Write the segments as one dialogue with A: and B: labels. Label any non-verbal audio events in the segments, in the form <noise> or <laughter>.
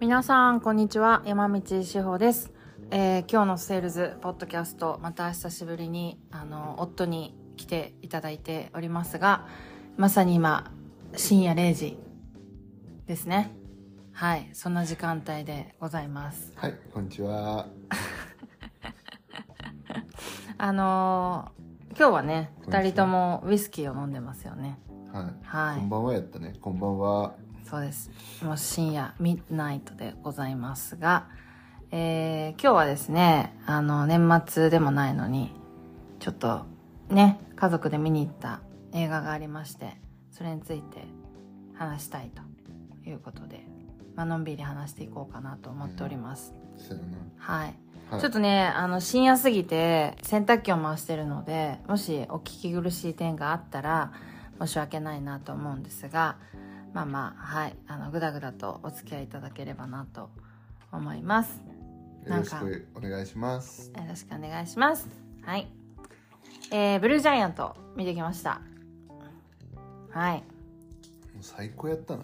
A: 皆さんこんにちは山道志保です、えー、今日のセールズポッドキャストまた久しぶりにあの夫に来ていただいておりますがまさに今深夜0時ですねはいそんな時間帯でございます
B: はいこんにちは
A: あのー、今日はね2人ともウイスキーを飲んでますよね
B: はい、
A: はい、
B: こんばんはやったねこんばんは
A: そうですもう深夜ミッドナイトでございますが、えー、今日はですねあの年末でもないのにちょっとね家族で見に行った映画がありましてそれについて話したいということで、まあのんびり話していこうかなと思っております、
B: うん、
A: はい、はい、ちょっとねあの深夜すぎて洗濯機を回してるのでもしお聞き苦しい点があったら申し訳ないなと思うんですがまあまあはいあのぐだぐだとお付き合いいただければなと思います
B: よろしくお願いします
A: よろしくお願いしますはいえー、ブルージャイアント見てきましたはい
B: 最高やったな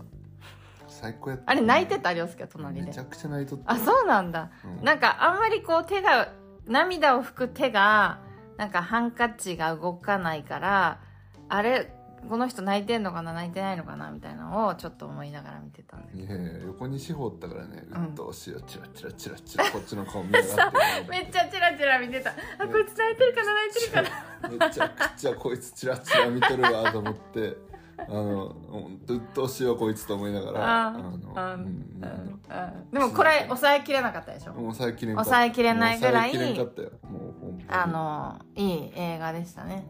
B: 最高やった
A: あれ泣いてた涼介隣で
B: めちゃくちゃ泣いとった
A: あそうなんだ、うん、なんかあんまりこう手が涙を拭く手がなんかハンカチが動かないからあれこの人泣いてんのかな泣いてないのかなみたいなのをちょっと思いながら見てたんだ
B: けど横に志保ったからねうっとうしいよ、チラチラチラチラこっちの顔見ながら
A: めっちゃチラチラ見てたあこいつ泣いてるかな泣いてる
B: かなめちゃくちゃこいつチラチラ見てるわと思ってあの本当うっとうしいわこいつと思いながらあの
A: あ、うん、でもこれ抑えきれなかったでしょ
B: 抑えきれ
A: 抑えきれないぐらい
B: あ
A: のいい映画でしたね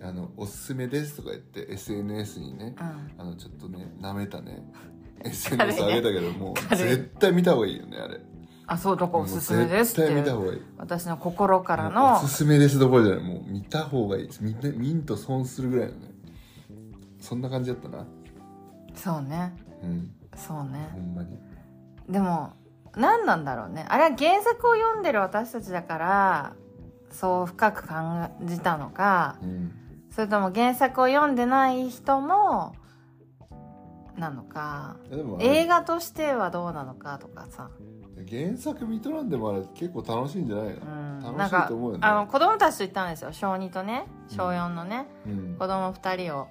B: あのおすすめですとか言って SNS にね、うん、あのちょっとねなめ
A: <laughs>
B: たね SNS 上げたけど、もう絶対見た方がいいよねあれ
A: あそうどこおすすめですって
B: 絶対見た方がいい
A: 私の心からの
B: おすすめですどころじゃないもう見た方がいいです見見んと損するぐらいのねそんな感じだったな
A: そうね
B: うん
A: そうね
B: ほんまに
A: でも何なんだろうねあれは原作を読んでる私たちだからそう深く感じたのか、
B: うん、
A: それとも原作を読んでない人もなのか映画としてはどうなのかとかさ
B: 原作見とらんでもあれ結構楽しいんじゃないの、うん、楽しいと思うよね
A: あの子供たちと行ったんですよ小2とね小4のね、うん、子供2人を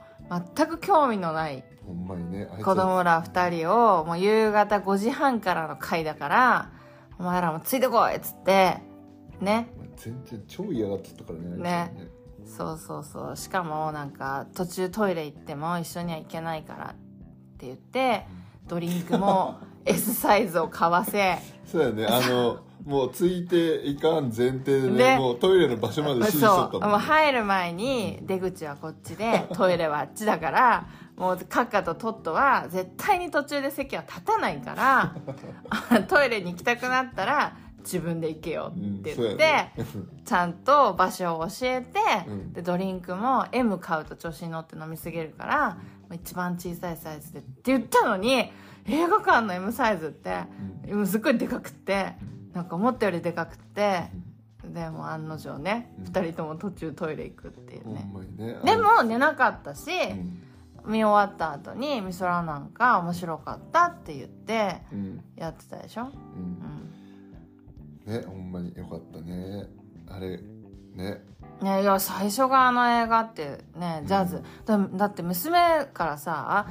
A: 全く興味のない
B: ほんまにね
A: 子供ら2人をもう夕方5時半からの回だからお前らもついてこいっつってね
B: 全然超嫌がってたからね
A: ね、ね、そうそうそうしかもなんか途中トイレ行っても一緒には行けないからって言って、うん、ドリンクも S サイズを買わせ
B: そうやねあのもうついていかん前提でねもうトイレの場所まで指示しとったもん、ね、
A: もう入る前に出口はこっちでトイレはあっちだからもうカッカとトットは絶対に途中で席は立たないからトイレに行きたくなったら自分で行けよって言って、ね、
B: <laughs>
A: ちゃんと場所を教えて、うん、でドリンクも M 買うと調子に乗って飲みすぎるから、うん、一番小さいサイズでって言ったのに映画館の M サイズって、うん、すっごいでかくてなんか思ったよりでかくて。でも案の定ね、うん、2人とも途中トイレ行くっていうね、
B: ね、
A: でも寝なかったし、見終わった後に「美空なんか面白かった」って言ってやってたでしょ、
B: ねほんまによかったねあれね、
A: ねいや最初があの映画ってねジャズ、うん、だだって娘からさ、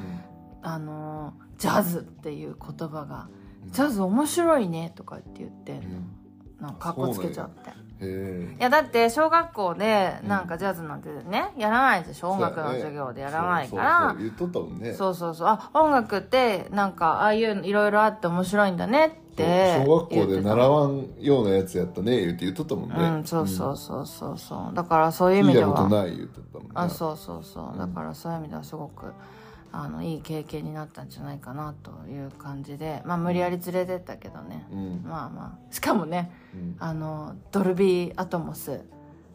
A: うん、あのジャズっていう言葉が「うん、ジャズ面白いね」とかって言って、なんかかっこつけちゃって
B: ね、
A: いやだって小学校でなんかジャズなんてねやらないでしょ音楽の授業でやらないから
B: 言っとったもんね
A: そうそうそうあ音楽ってなんかああいういろいろあって面白いんだねって
B: 小学校で習わんようなやつやったね言って言っとったもんね、
A: うん、そうそうそうそうそうだからそういう意味では
B: 聞いたない言っとったもんね
A: あそうそうそう、だからそういう意味ではすごくあのいい経験になったんじゃないかなという感じでまあ無理やり連れてったけどね、
B: うん、
A: まあまあしかもね、うん、あのドルビーアトモス1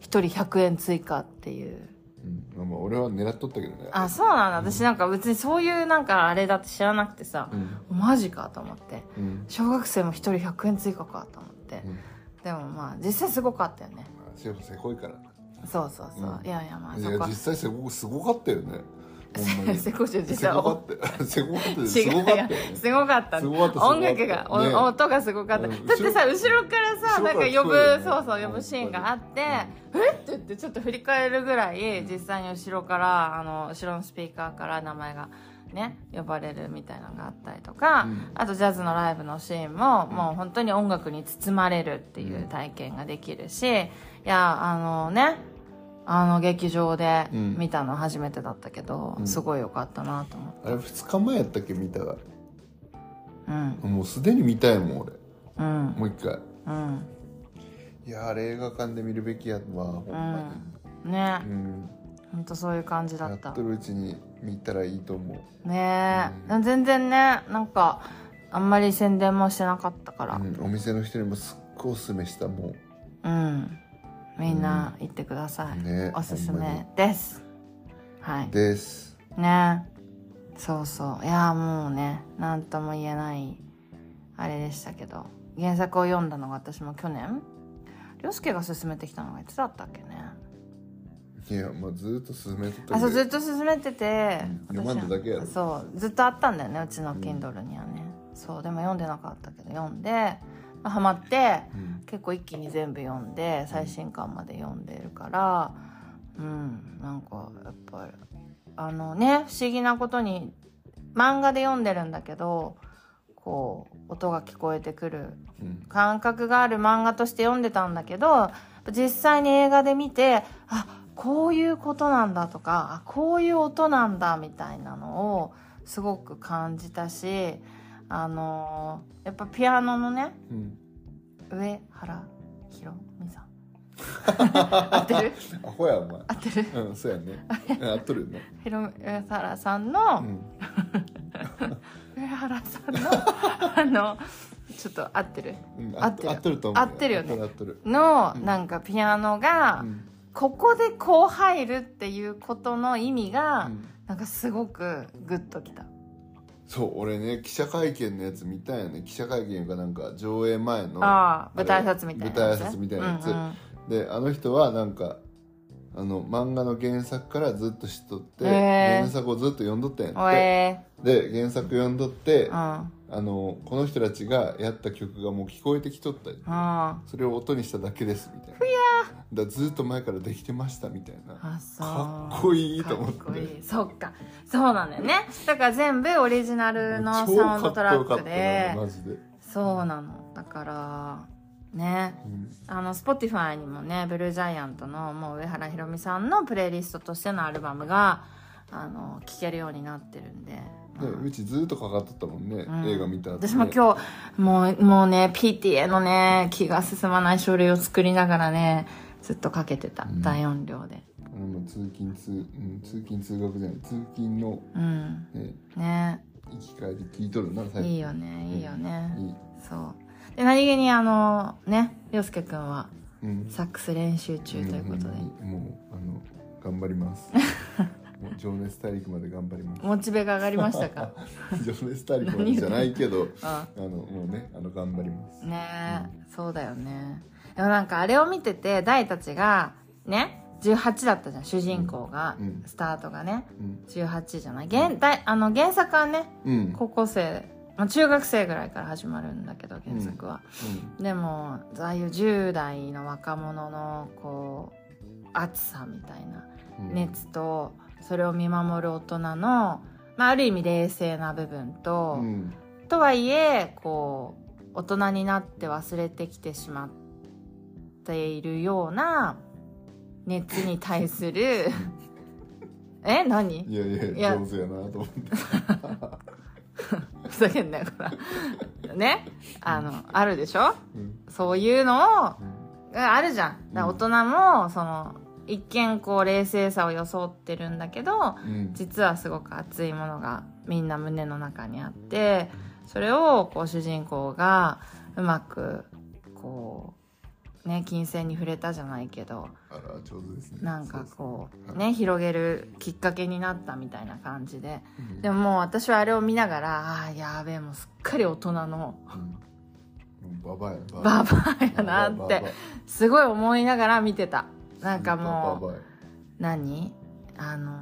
A: 人100円追加っていう。
B: うん、俺は狙っとったけどね
A: あそうなんだ私なんか別にそういうなんかあれだって知らなくてさ、うん、マジかと思って、
B: うん、
A: 小学生も1人100円追加かと思って、でもまあ実際すごかったよね
B: まあせこいから
A: そうそうそう、いやいやまあ <laughs>
B: いや実際すごすごかったよねほんまに
A: セコジュ
B: す
A: 実
B: ご
A: は
B: か
A: お
B: <laughs> ったすごか
A: <laughs>
B: った
A: 違
B: すごかった
A: うよすごかった
B: よねすごかったすごかった
A: 音楽が、お
B: ね
A: 音がすごかった、
B: うん
A: だってさ後ろからさ
B: 後
A: な
B: ろ
A: んか
B: か
A: ら呼ぶ、
B: 聞こえるよね
A: そうそう呼ぶシーンがあって、えっって言ってちょっと振り返るぐらい実際に後ろからあの後ろのスピーカーから名前がね呼ばれるみたいなのがあったりとか、
B: うん
A: あとジャズのライブのシーンも、もう本当に音楽に包まれるっていう体験ができるし、いやあのねあの劇場で
B: うん
A: 見たの初めてだったけど、
B: うん
A: すごい良かったなと思って
B: あれ2日前やったっけ見たら
A: うん
B: もうすでに見たいもん俺
A: うん
B: もう一回
A: うん
B: いやあれ映画館で見るべきやわほんま
A: ね
B: にうん
A: ほんとそういう感じだ
B: や
A: っ
B: ったとるうちに見たらいいと思う
A: ねえ、
B: うん
A: 全然ねなんかあんまり宣伝もしてなかったから
B: うんお店の人にもすっごいおすすめしたも
A: うん、みんな行ってください、
B: んね
A: おすす
B: ほんまに
A: めですはい
B: です
A: ねそうそういやもうね何とも言えないあれでしたけど原作を読んだのが私も去年涼介が勧めてきたのがいつだったっけね
B: いやまあずーっと進めてたけど
A: あそうずっと勧めてて
B: うん読まんだだけやろ
A: 私はそうずっとあったんだよねうちの Kindle にはね、そうでも読んでなかったけど読んで、まあ、ハマって
B: うん
A: 結構一気に全部読んで最新刊まで読んでるからうんなんかやっぱりあのね不思議なことに漫画で読んでるんだけどこう音が聞こえてくる
B: うん
A: 感覚がある漫画として読んでたんだけど実際に映画で見てあこういうことなんだとかあこういう音なんだみたいなのをすごく感じたしあのーやっぱピアノのね
B: うん
A: 上原ひろみ
B: <laughs>
A: さん合ってる
B: アホやお前
A: 合ってる
B: うんそうやねうん合っとるよね
A: ひろ上原さん
B: う
A: の、
B: ん
A: 上原さんのあのちょっと合ってる
B: うん
A: 合ってる
B: 合っとると思う
A: 合ってるよね
B: 合っとる
A: の、
B: うん
A: なんかピアノが、
B: 合っとるうん
A: ここでこう入るっていうことの意味が、
B: うん
A: なんかすごくグッときた。
B: そう俺ね記者会見のやつ見たんやね記者会見がなんか上映前の
A: ああ、
B: あれ
A: 舞台挨拶みたいなやつ。
B: 舞台挨拶みたいなやつ
A: うんうん
B: であの人はなんかあの漫画の原作からずっと知っとって
A: へー
B: 原作をずっと読んどったん
A: お
B: やっ
A: え
B: てで原作読んどっ
A: ー、
B: て
A: うん、
B: あのこの人たちがやった曲がもう聞こえてきとったり
A: うん。あ、
B: それを音にしただけですみたいなだからずっと前からできてましたみたいな
A: そう。
B: かっこいいと思って
A: かっこいい。そっか。そうなんだよね。だから全部オリジナルのサ
B: 超
A: ウ
B: か
A: ン
B: っ
A: ドト
B: こ
A: ラ
B: よ
A: ッ
B: かっ
A: ク
B: たね
A: で。
B: マジで、
A: そうなの。だから、ね。
B: うん
A: あの、Spotify にもね、ブルージャイアントの、もう上原ひろみさんのプレイリストとしてのアルバムが、あの、聴けるようになってるんで。
B: ねうちずっとかかっとったもんね、
A: うん
B: 映画見た後、ね、
A: 私も今日、もう、もうね、PTA のね、気が進まない書類を作りながらね、ずっとかけてた。
B: うん
A: 大音量で。
B: 俺も通勤通、うん、通勤通学じゃない通勤の、
A: うん。
B: ね、
A: ね
B: 行き帰り聞いとるな最
A: いい
B: よ
A: よね、いいよね。
B: いい、
A: そう。で、何気にあの、ね、洋介くんは、
B: うん、
A: サックス練習中ということで
B: ん、んもうあの頑張ります
A: <laughs>
B: もう情熱大陸まで頑張りま
A: モチベが上がりました
B: <laughs>
A: か
B: す情熱大陸までじゃないけど
A: うん。
B: あのもうねあの頑張ります、
A: ねえ、そうだよねでもなんかあれを見てて大たちがね18だったじゃん主人公が、
B: うんうん
A: スタートがね
B: うん
A: 18じゃない原大あの原作はね
B: うん
A: 高校生、まあ、中学生ぐらいから始まるんだけど原作は、でもああいう10代の若者のこう熱さみたいな
B: うん
A: 熱とそれを見守る大人の、まあ、ある意味冷静な部分と、
B: うん
A: とはいえこう大人になって忘れてきてしまっているような熱に対す
B: <laughs>
A: るえ何
B: いやいや
A: いや
B: 上手やなと思って
A: ふざけんなよこら <laughs> ねあのあるでしょ
B: うん
A: そういうのを
B: うん
A: があるじゃんだから大人もその一見こう冷静さを装ってるんだけど
B: うん
A: 実はすごく熱いものがみんな胸の中にあってそれをこう主人公がうまくこうね金銭に触れたじゃないけど
B: あら上手ですね
A: なんかこ
B: そう
A: う
B: そう
A: ね広げるきっかけになったみたいな感じで
B: うん
A: でももう私はあれを見ながらあーやべえもうすっかり大人の
B: うんもうババアやバ
A: ババアやなっ
B: バ
A: て
B: バア
A: すごい思いながら見てたなんかもう
B: ババア
A: 何あの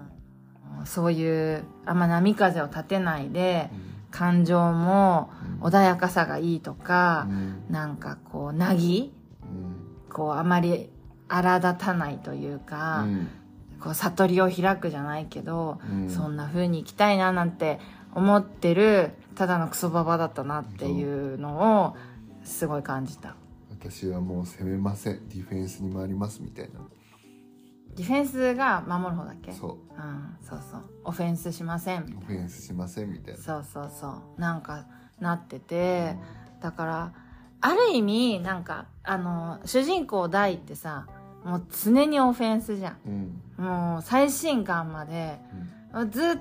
A: のそういうあんま波風を立てないで
B: うん
A: 感情も穏やかさがいいと
B: う
A: か、
B: ん
A: なんかこうなぎ
B: うん
A: こうあまり荒立たないというか、こう悟りを開くじゃないけど、
B: うん
A: そんな風に生きたいななんて思ってるただのクソババだったなっていうのをすごい感じた
B: 私はもう攻めませんディフェンスに回りますみたいな
A: ディフェンスが守る方だっけう、
B: そ
A: ん、そうそうオフェンスしませんみ
B: うオ
A: た
B: フ
A: い
B: ェンスしませんみたい
A: な
B: な
A: そうそうそうなんかなっててだからある意味なんかあの主人公大ってさもう常にオフェンスじゃん
B: うん
A: もう最新刊まで
B: うん
A: ずっ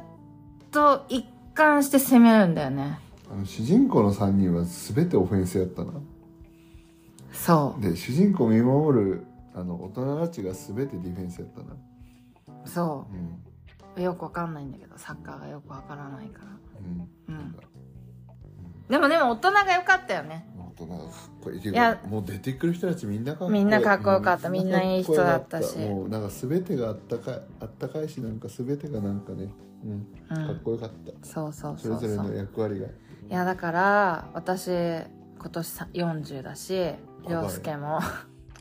A: と一貫して攻めるんだよね
B: あの主人公の3人は全てオフェンスやったな
A: そう
B: で主人公を見守るあの大人たちが全てディフェンスやったな、
A: そ
B: うん
A: うよくわかんないんだけどサッカーがよくわからないから
B: うん
A: うんでもでも大人が良かったよね
B: 大人がかっこいいけ
A: いや
B: どもう出てくる人たちみんなかっこいい
A: みんなかっこよかった
B: う
A: みんないい人だったし
B: もうなんか全てがあったかいあったかいしなんか全てがなんかね、うん、
A: う
B: かっ
A: ん
B: こよかった、
A: そうそう
B: そ
A: そ
B: れ
A: う
B: ぞ
A: そ
B: れの
A: う
B: 役割が
A: いやだから私今年さ40だし涼介も <laughs>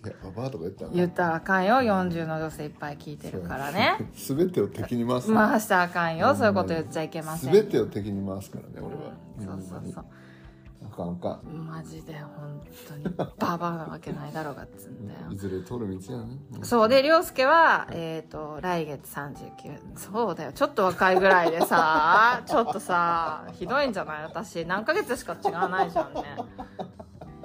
B: いやババアとか言ったら
A: 言ったらあかんよ40の女性いっぱい聞いてるからね
B: そう全てを敵に回すから
A: 回したらあかんよそういうこと言っちゃいけません
B: 全てを敵に回すからね俺は、
A: うんそうそうそう
B: あかんあかん
A: マジで本当にババアなわけないだろうがっつうんだよ
B: いずれ通る道やね
A: そうで涼介は、えー、と来月39そうだよちょっと若いぐらいでさ <laughs> ちょっとさひどいんじゃない私何ヶ月しか違わないじゃんね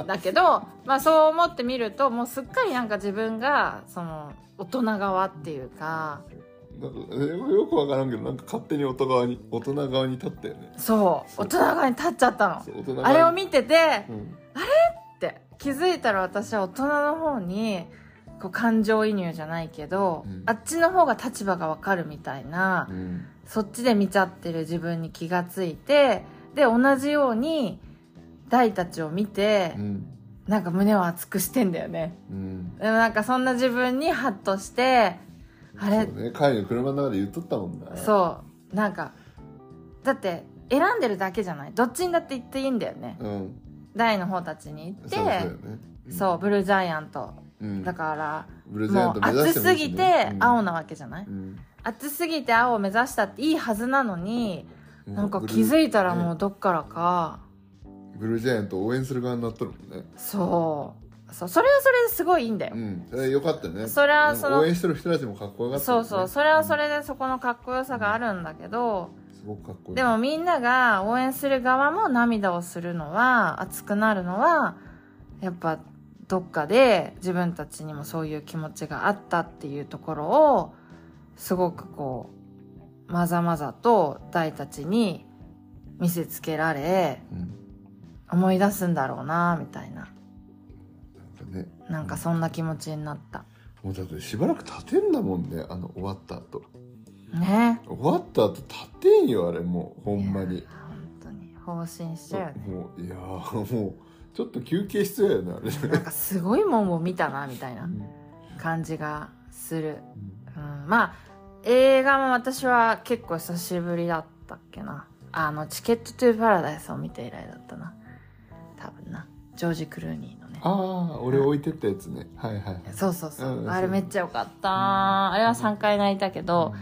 A: だけど、まあ、そう思ってみるともうすっかりなんか自分がその大人側っていうか
B: なんかえよくわからんけどなんか勝手に大人側に大人側に立ったよね
A: そう大人側に立っちゃったの
B: そう大人側
A: あれを
B: に
A: 見てて
B: うん
A: って気づいたら私は大人の方にこう感情移入じゃないけど、
B: うん
A: あっちの方が立場がわかるみたいな、
B: うん
A: そっちで見ちゃってる自分に気がついてで同じように大たちを見て、
B: うん
A: なんか胸を熱くしてんだよね
B: うん
A: でもなんかそんな自分にハッとしてあれ
B: そうね帰りの車の中で言っとったもんなう
A: そうなんかだって選んでるだけじゃないどっちにだって行っていいんだよね
B: うん
A: 大の方たちに行って
B: そうそうよね
A: そうブルージャイアント
B: うん
A: だから、
B: ブルージャイア
A: も
B: ン
A: う
B: ト目指
A: 暑
B: しても
A: す
B: いいし
A: ぎ
B: ね
A: て青
B: うん
A: なわけじゃない、
B: うん
A: 暑すぎて青を目指したっていいはずなのに、
B: うん
A: なんか
B: ブル
A: 気
B: ー
A: づいたらもうどっからか、
B: ブルージャイアントを応援する側になっとるもんね
A: そうそうそれはそれですごいいいんだよ、
B: うんそれよかったね
A: それはその
B: 応援してる人たちもかっこよかった
A: そ
B: もん
A: う
B: ね
A: そうそれはそれでそこのかっこよさがあるんだけど、
B: すごくかっこいい
A: でもみんなが応援する側も涙をするのは熱くなるのはやっぱどっかで自分たちにもそういう気持ちがあったっていうところをすごくこうまざまざと大たちに見せつけられ
B: うん
A: 思い出すんだろうなみたいな
B: なんかね
A: なんかそんな気持ちになった
B: もうだってしばらく立てんだもんねあの終わった後
A: ね
B: 終わった後立てんよあれもうほんま
A: い
B: に
A: や本当に放心しちゃうよね
B: もういやーもうちょっと休憩必要やなあれ
A: なんかすごいもんを見たなみたいな
B: うん
A: 感じがする、うん、まあ映画も私は結構久しぶりだったっけなあのチケット・トゥ・パラダイスを見て以来だったな多分なジョージ・クルーニーのね
B: ああ俺置いてったやつねはいはいはい
A: そうそうそう、
B: うん
A: あれめっちゃ良かった、あれは3回泣いたけど、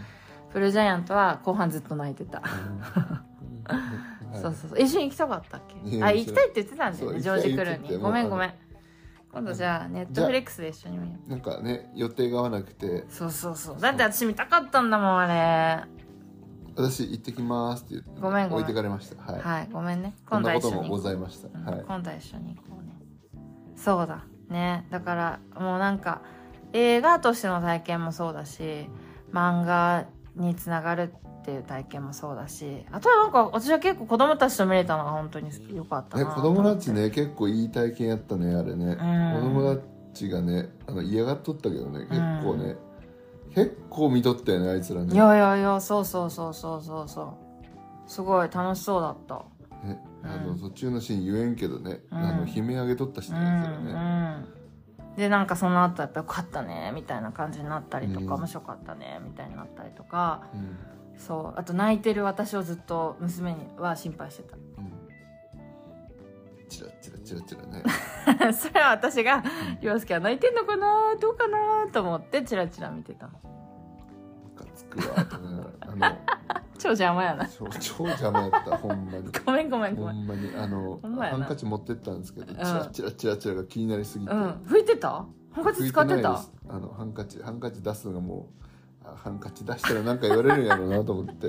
A: ブルージャイアントは後半ずっと泣いてた、
B: うん
A: そうそうそう一緒に行きたかったっ
B: い
A: け
B: や
A: あ
B: 一
A: 行き
B: 緒
A: たいって言ってたんだよ
B: そ
A: ね
B: う
A: ジョージ・クル
B: 行きたいって言っ
A: ー
B: て
A: ニー
B: も
A: ご
B: う
A: めんごめん今度じゃあネットフレックスで一緒に見よう
B: なんかね予定が合わなくて
A: そうそうそうだって私見たかったんだもんあ
B: 「私行ってきます」って言って
A: ごめんごめん
B: 置いてかれましたは
A: れ
B: い、
A: はいごめんね
B: こ
A: 今
B: ん
A: 度
B: な
A: は
B: こ
A: 一
B: と
A: 緒
B: も
A: に
B: ご
A: 行こ
B: ざいました、
A: う、うん
B: はい
A: 今度は一緒に行こうねそうだねだからもうなんか映画としての体験もそうだし漫画につながるっていう体験もそうだしあとはなんか私は結構子供たちと見れたのが本当に良かった
B: ね、
A: な
B: 子供たちね結構いい体験やったねあれね、子供たちがねあの嫌がっとったけどね結構ね、結構見とったよねあいつらね
A: いやいやいやそうそうそうそうそうそうすごい楽しそうだった
B: ねあ
A: う
B: の
A: ん
B: 途中のシーン言えんけどね、
A: うん
B: あの悲鳴あげとったしねあいつらね、
A: うんうん、でなんかその後やっぱよかったねみたいな感じになったりとか、
B: うん
A: 面白かったねみたいになったりとか
B: うん
A: そうあと泣いてる私をずっと娘には心配して
B: うんチラチラチラチラね
A: た <laughs> それは私が洋介は泣いてんのかなどうかなと思ってチラチラ見てた
B: ムカつくわと思いな
A: <laughs>
B: がら
A: 超邪魔や
B: あ
A: な <laughs>
B: の超超邪魔やったほんまに
A: ごめんごめんご
B: ほ
A: めん
B: んまにあの
A: ほんまや
B: ハ
A: な
B: ンカチ持ってったんですけどチラチラチラチラが気になりすぎて、
A: うん拭いてたハンカチ使ってた
B: すあのハンカチハンカチ出すのがもうあハンカチ出したらなんか言われるんやろうな
A: <laughs>
B: と思って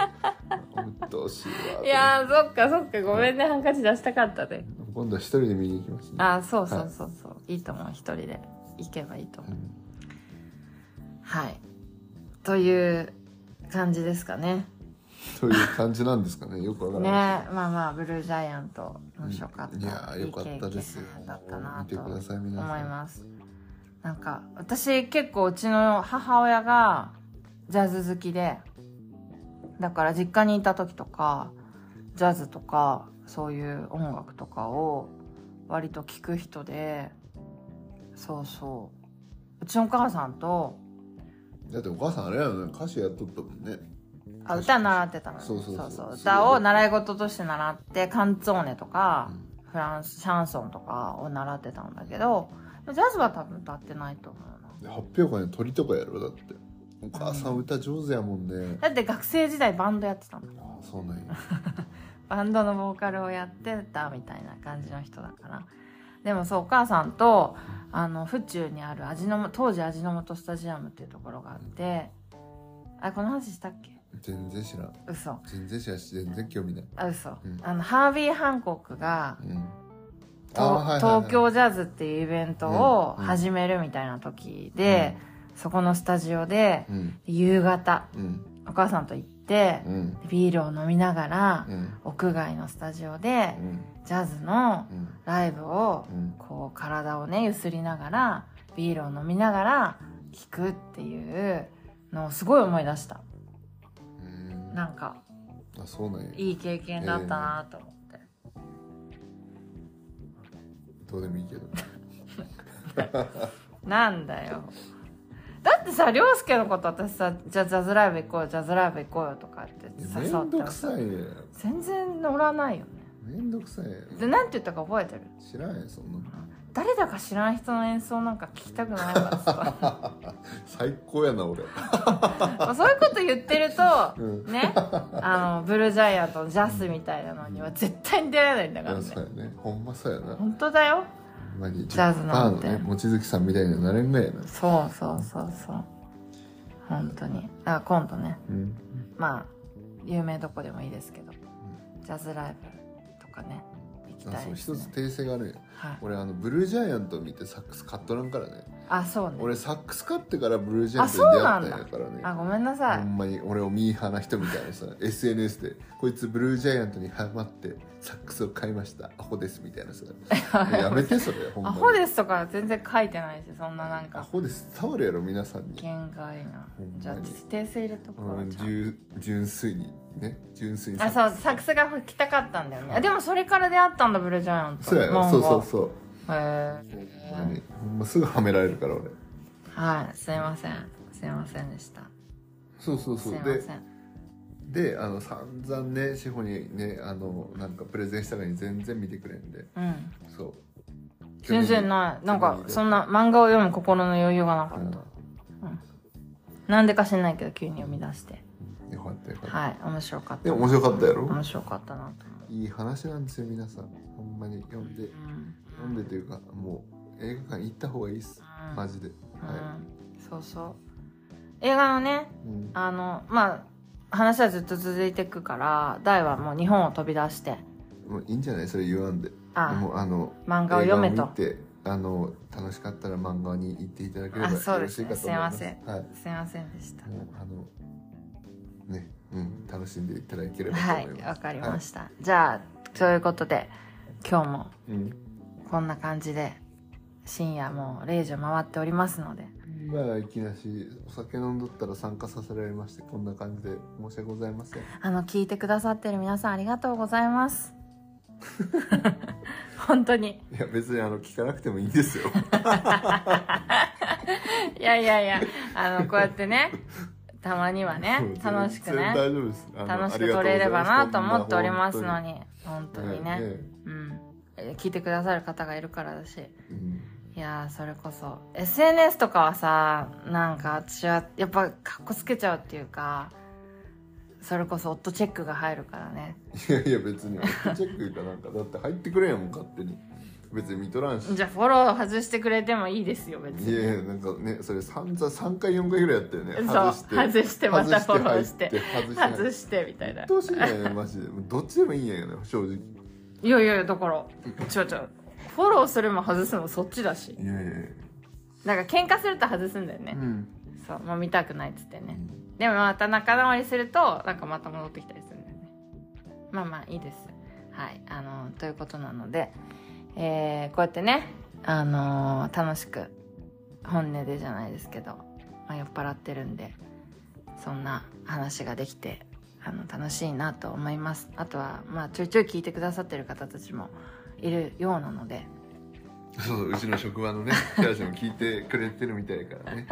B: うんどうしようわ
A: いやーそっかそっかごめんねハンカチ出したかったで
B: 今度は一人で見に行きますね
A: あーそうそうそうそういいと思う一人で行けばいいと思
B: う
A: うんはいという感じですかね
B: という感じなんですかねよくわか
A: ね
B: らない
A: まあまあブルージャイアント面白かった、
B: いやーよかったですよ
A: いい経験だったな
B: 見て
A: と
B: くだ
A: 思
B: さい皆さん
A: いますなんか私結構うちの母親がジャズ好きでだから実家にいた時とかジャズとかそういう音楽とかを割と聴く人でそうそううちのお母さんと
B: だってお母さんあれやろね歌手やっとったもんね
A: あ歌習ってたのね
B: そうそうそう
A: 歌を習い事として習ってカンツォーネとか、
B: うん
A: フランスシャンソンとかを習ってたんだけどジャズは多分歌ってないと思うな
B: で発表会の鳥とかやろだってお母さん歌上手やもんね
A: だって学生時代バンドやってたの
B: ああそうなんや
A: バンドのボーカルをやってたみたいな感じの人だからでもそうお母さんとあの府中にある味の素当時味の素スタジアムっていうところがあってあこの話したっけ
B: 全然知らん
A: 嘘
B: 全然知らんし全然興味ない
A: あ嘘、
B: うん
A: あのハービー・ハンコックが
B: うん
A: と東京ジャズっていうイベントを始めるみたいな時で、そこのスタジオで
B: うん
A: 夕方
B: うん
A: お母さんと行って
B: うん
A: ビールを飲みながら
B: うん
A: 屋外のスタジオで
B: うん
A: ジャズの
B: うん
A: ライブを
B: うん
A: こう体をねゆすりながらビールを飲みながら聴くっていうのをすごい思い出した
B: うん
A: なんか
B: あそうなんや
A: いい経験だったなと思って、
B: どうでもいいけど
A: なんだよだってさ涼介のこと私さ「じゃあジャズライブ行こうよジャズライブ行こうよ」とかって
B: え
A: 誘
B: め
A: っ
B: ん
A: て
B: ど
A: も
B: く
A: さ
B: さいや
A: 全然乗らないよね
B: めんどくさいや
A: で何て言ったか覚えてる
B: 知らんやんそんなの
A: 誰だか知らん人の演奏なんか聞きたくないからさ
B: <laughs>
A: <laughs>
B: 最高やな俺
A: まあそういうこと言ってると
B: うん
A: ねあのブルージャイアントのジャスみたいなのには絶対に出会えないんだ
B: い
A: から
B: や
A: ね
B: そうやねほんまそうやなほん
A: 本当だよ
B: まに
A: ジャズなんて
B: 10%のね望月さんみたいになれんぐらいやな
A: そうそうそうそう本当にだから今度ね
B: うん
A: まあ有名どこでもいいですけど、ジャズライブとかね行き
B: あ
A: たい
B: そう
A: です、
B: 一つ
A: ね、
B: 訂正があるんや
A: はい、
B: 俺あのブルージャイアント見てサックス買っとらんからね
A: あそうね
B: 俺サックス買ってからブルージャイアントに出会ったんやからね
A: あごめんなさい、
B: ほんまに俺をミーハーな人みたいなさ SNS でこいつブルージャイアントにハマってサックスを買いましたアホですみたいなさ
A: <laughs>
B: やめてそれほんま
A: ア
B: に
A: ホですとか全然書いてないしそんななん
B: ア
A: か
B: ホです伝わるやろ皆さんに、
A: 限界な
B: ほんまに
A: じゃあ訂正入れとこ
B: う、
A: うんじゃあ
B: 純純粋にね純粋に
A: あそうサックスが吹きたかったんだよねあでもそれから出会ったんだブルージャイアント
B: そうやろ
A: マン
B: そ
A: ゴ
B: う
A: ー
B: そうそう
A: へ
B: ほんま
A: え
B: にほんますぐはめられるから俺
A: はいすいませんすいませんでした
B: そうそう
A: す
B: そ
A: いうま
B: で
A: せん
B: であの散々ね志保にねあのなんかプレゼンしたのに全然見てくれんで
A: うん
B: そう
A: 全然ないなんかそんな漫画を読む心の余裕がなか
B: う
A: った、
B: ん
A: なんでか知んないけど急に読み出して
B: よかったよかった、
A: はい面白かった
B: でも面白かったやろ
A: 面白かったなと
B: いい話なんですよ皆さんほんまに読んで
A: 思う、うん
B: 読んでというかもう映画館行った方がいいっす
A: うん
B: マジで
A: うん
B: は
A: そうそう映画のね
B: い、うん、
A: あのまあ話はずっと続いていくから大はもう日本を飛び出して
B: もういいんじゃないそれ言わんでで
A: あ
B: もあの
A: 漫画を読め
B: 映
A: と
B: 画を見てあの楽しかったら漫画に行っていただければ
A: あ
B: よろしい
A: そ
B: か
A: う
B: と思い
A: で
B: ます
A: すね
B: す
A: すい
B: はい
A: すいませんでした
B: もうあのねうん楽しんでいただければと
A: は
B: 思い
A: い
B: ます
A: わかりました、じゃあということで今日も
B: た、うん、
A: こんな感じで深夜もう0時を回っておりますので
B: まあいきなしお酒飲んどったら参加させられましてこんな感じで申し訳ございません
A: あの聞いてくださってる皆さんありがとうございます <laughs> 本当に
B: いや別にあの聞かなくてもいいんですよ
A: いやいやいやあのこうやってねたまには
B: <laughs> も
A: ね
B: う全然
A: 楽しくね
B: 大丈夫ですあの
A: 楽し
B: あり
A: く
B: がとう
A: 撮
B: ござ
A: れ
B: い
A: ればなと思っております
B: こん
A: の
B: な
A: に本当
B: 本
A: に
B: はい
A: ね、うん、え聞いてくださる方がいるからだし
B: うん
A: いやーそれこそ SNS とかはさなんか私はやっぱかっこつけちゃうっていうかそれこそ夫チェックが入るからね
B: いやいや別にオットチェックかなんかだって入ってくれんやもん勝手に別に見とらんし
A: じゃあフォロー外してくれてもいいですよ別
B: い
A: に
B: やいやなんかねそれ三座三回四回ぐらいやったよね
A: そう
B: 外して
A: 外してまたフォローして
B: 外して入っ
A: 外
B: て外して
A: してみたいな
B: どうしてんやねマジでもうどっちでもいいんやけど正直
A: いやいやいやだからちょちょフォローするも外すもそっちだし
B: いやいやい
A: なんか喧嘩すると外すんだよね
B: や、うん
A: そうもう見たくないっつってねでもまた仲直りするとなんかまた戻ってきたりするんだよねまあまあいいですはいあのということなので、えーこうやってねあのー楽しく本音でじゃないですけど、まあ、酔っ払ってるんでそんな話ができてあの楽しいなと思いますあとはまあちょいちょい聞いてくださってる方たちもいるようなので
B: そうそううちの職場のね人たちも聞いてくれてるみたいだからね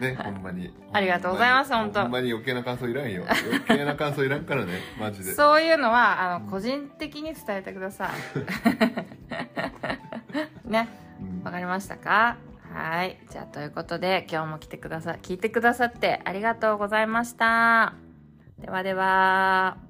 B: ねほんまに
A: ありがとうございます本当
B: ほんまに余計な感想いらんよ余計な感想いらんからねマジで
A: そういうのはあの個人的に伝えてください <laughs> ね
B: うん
A: わかりましたかはい。じゃあ、ということで、今日も来てくださ、聞いてくださってありがとうございました。ではでは。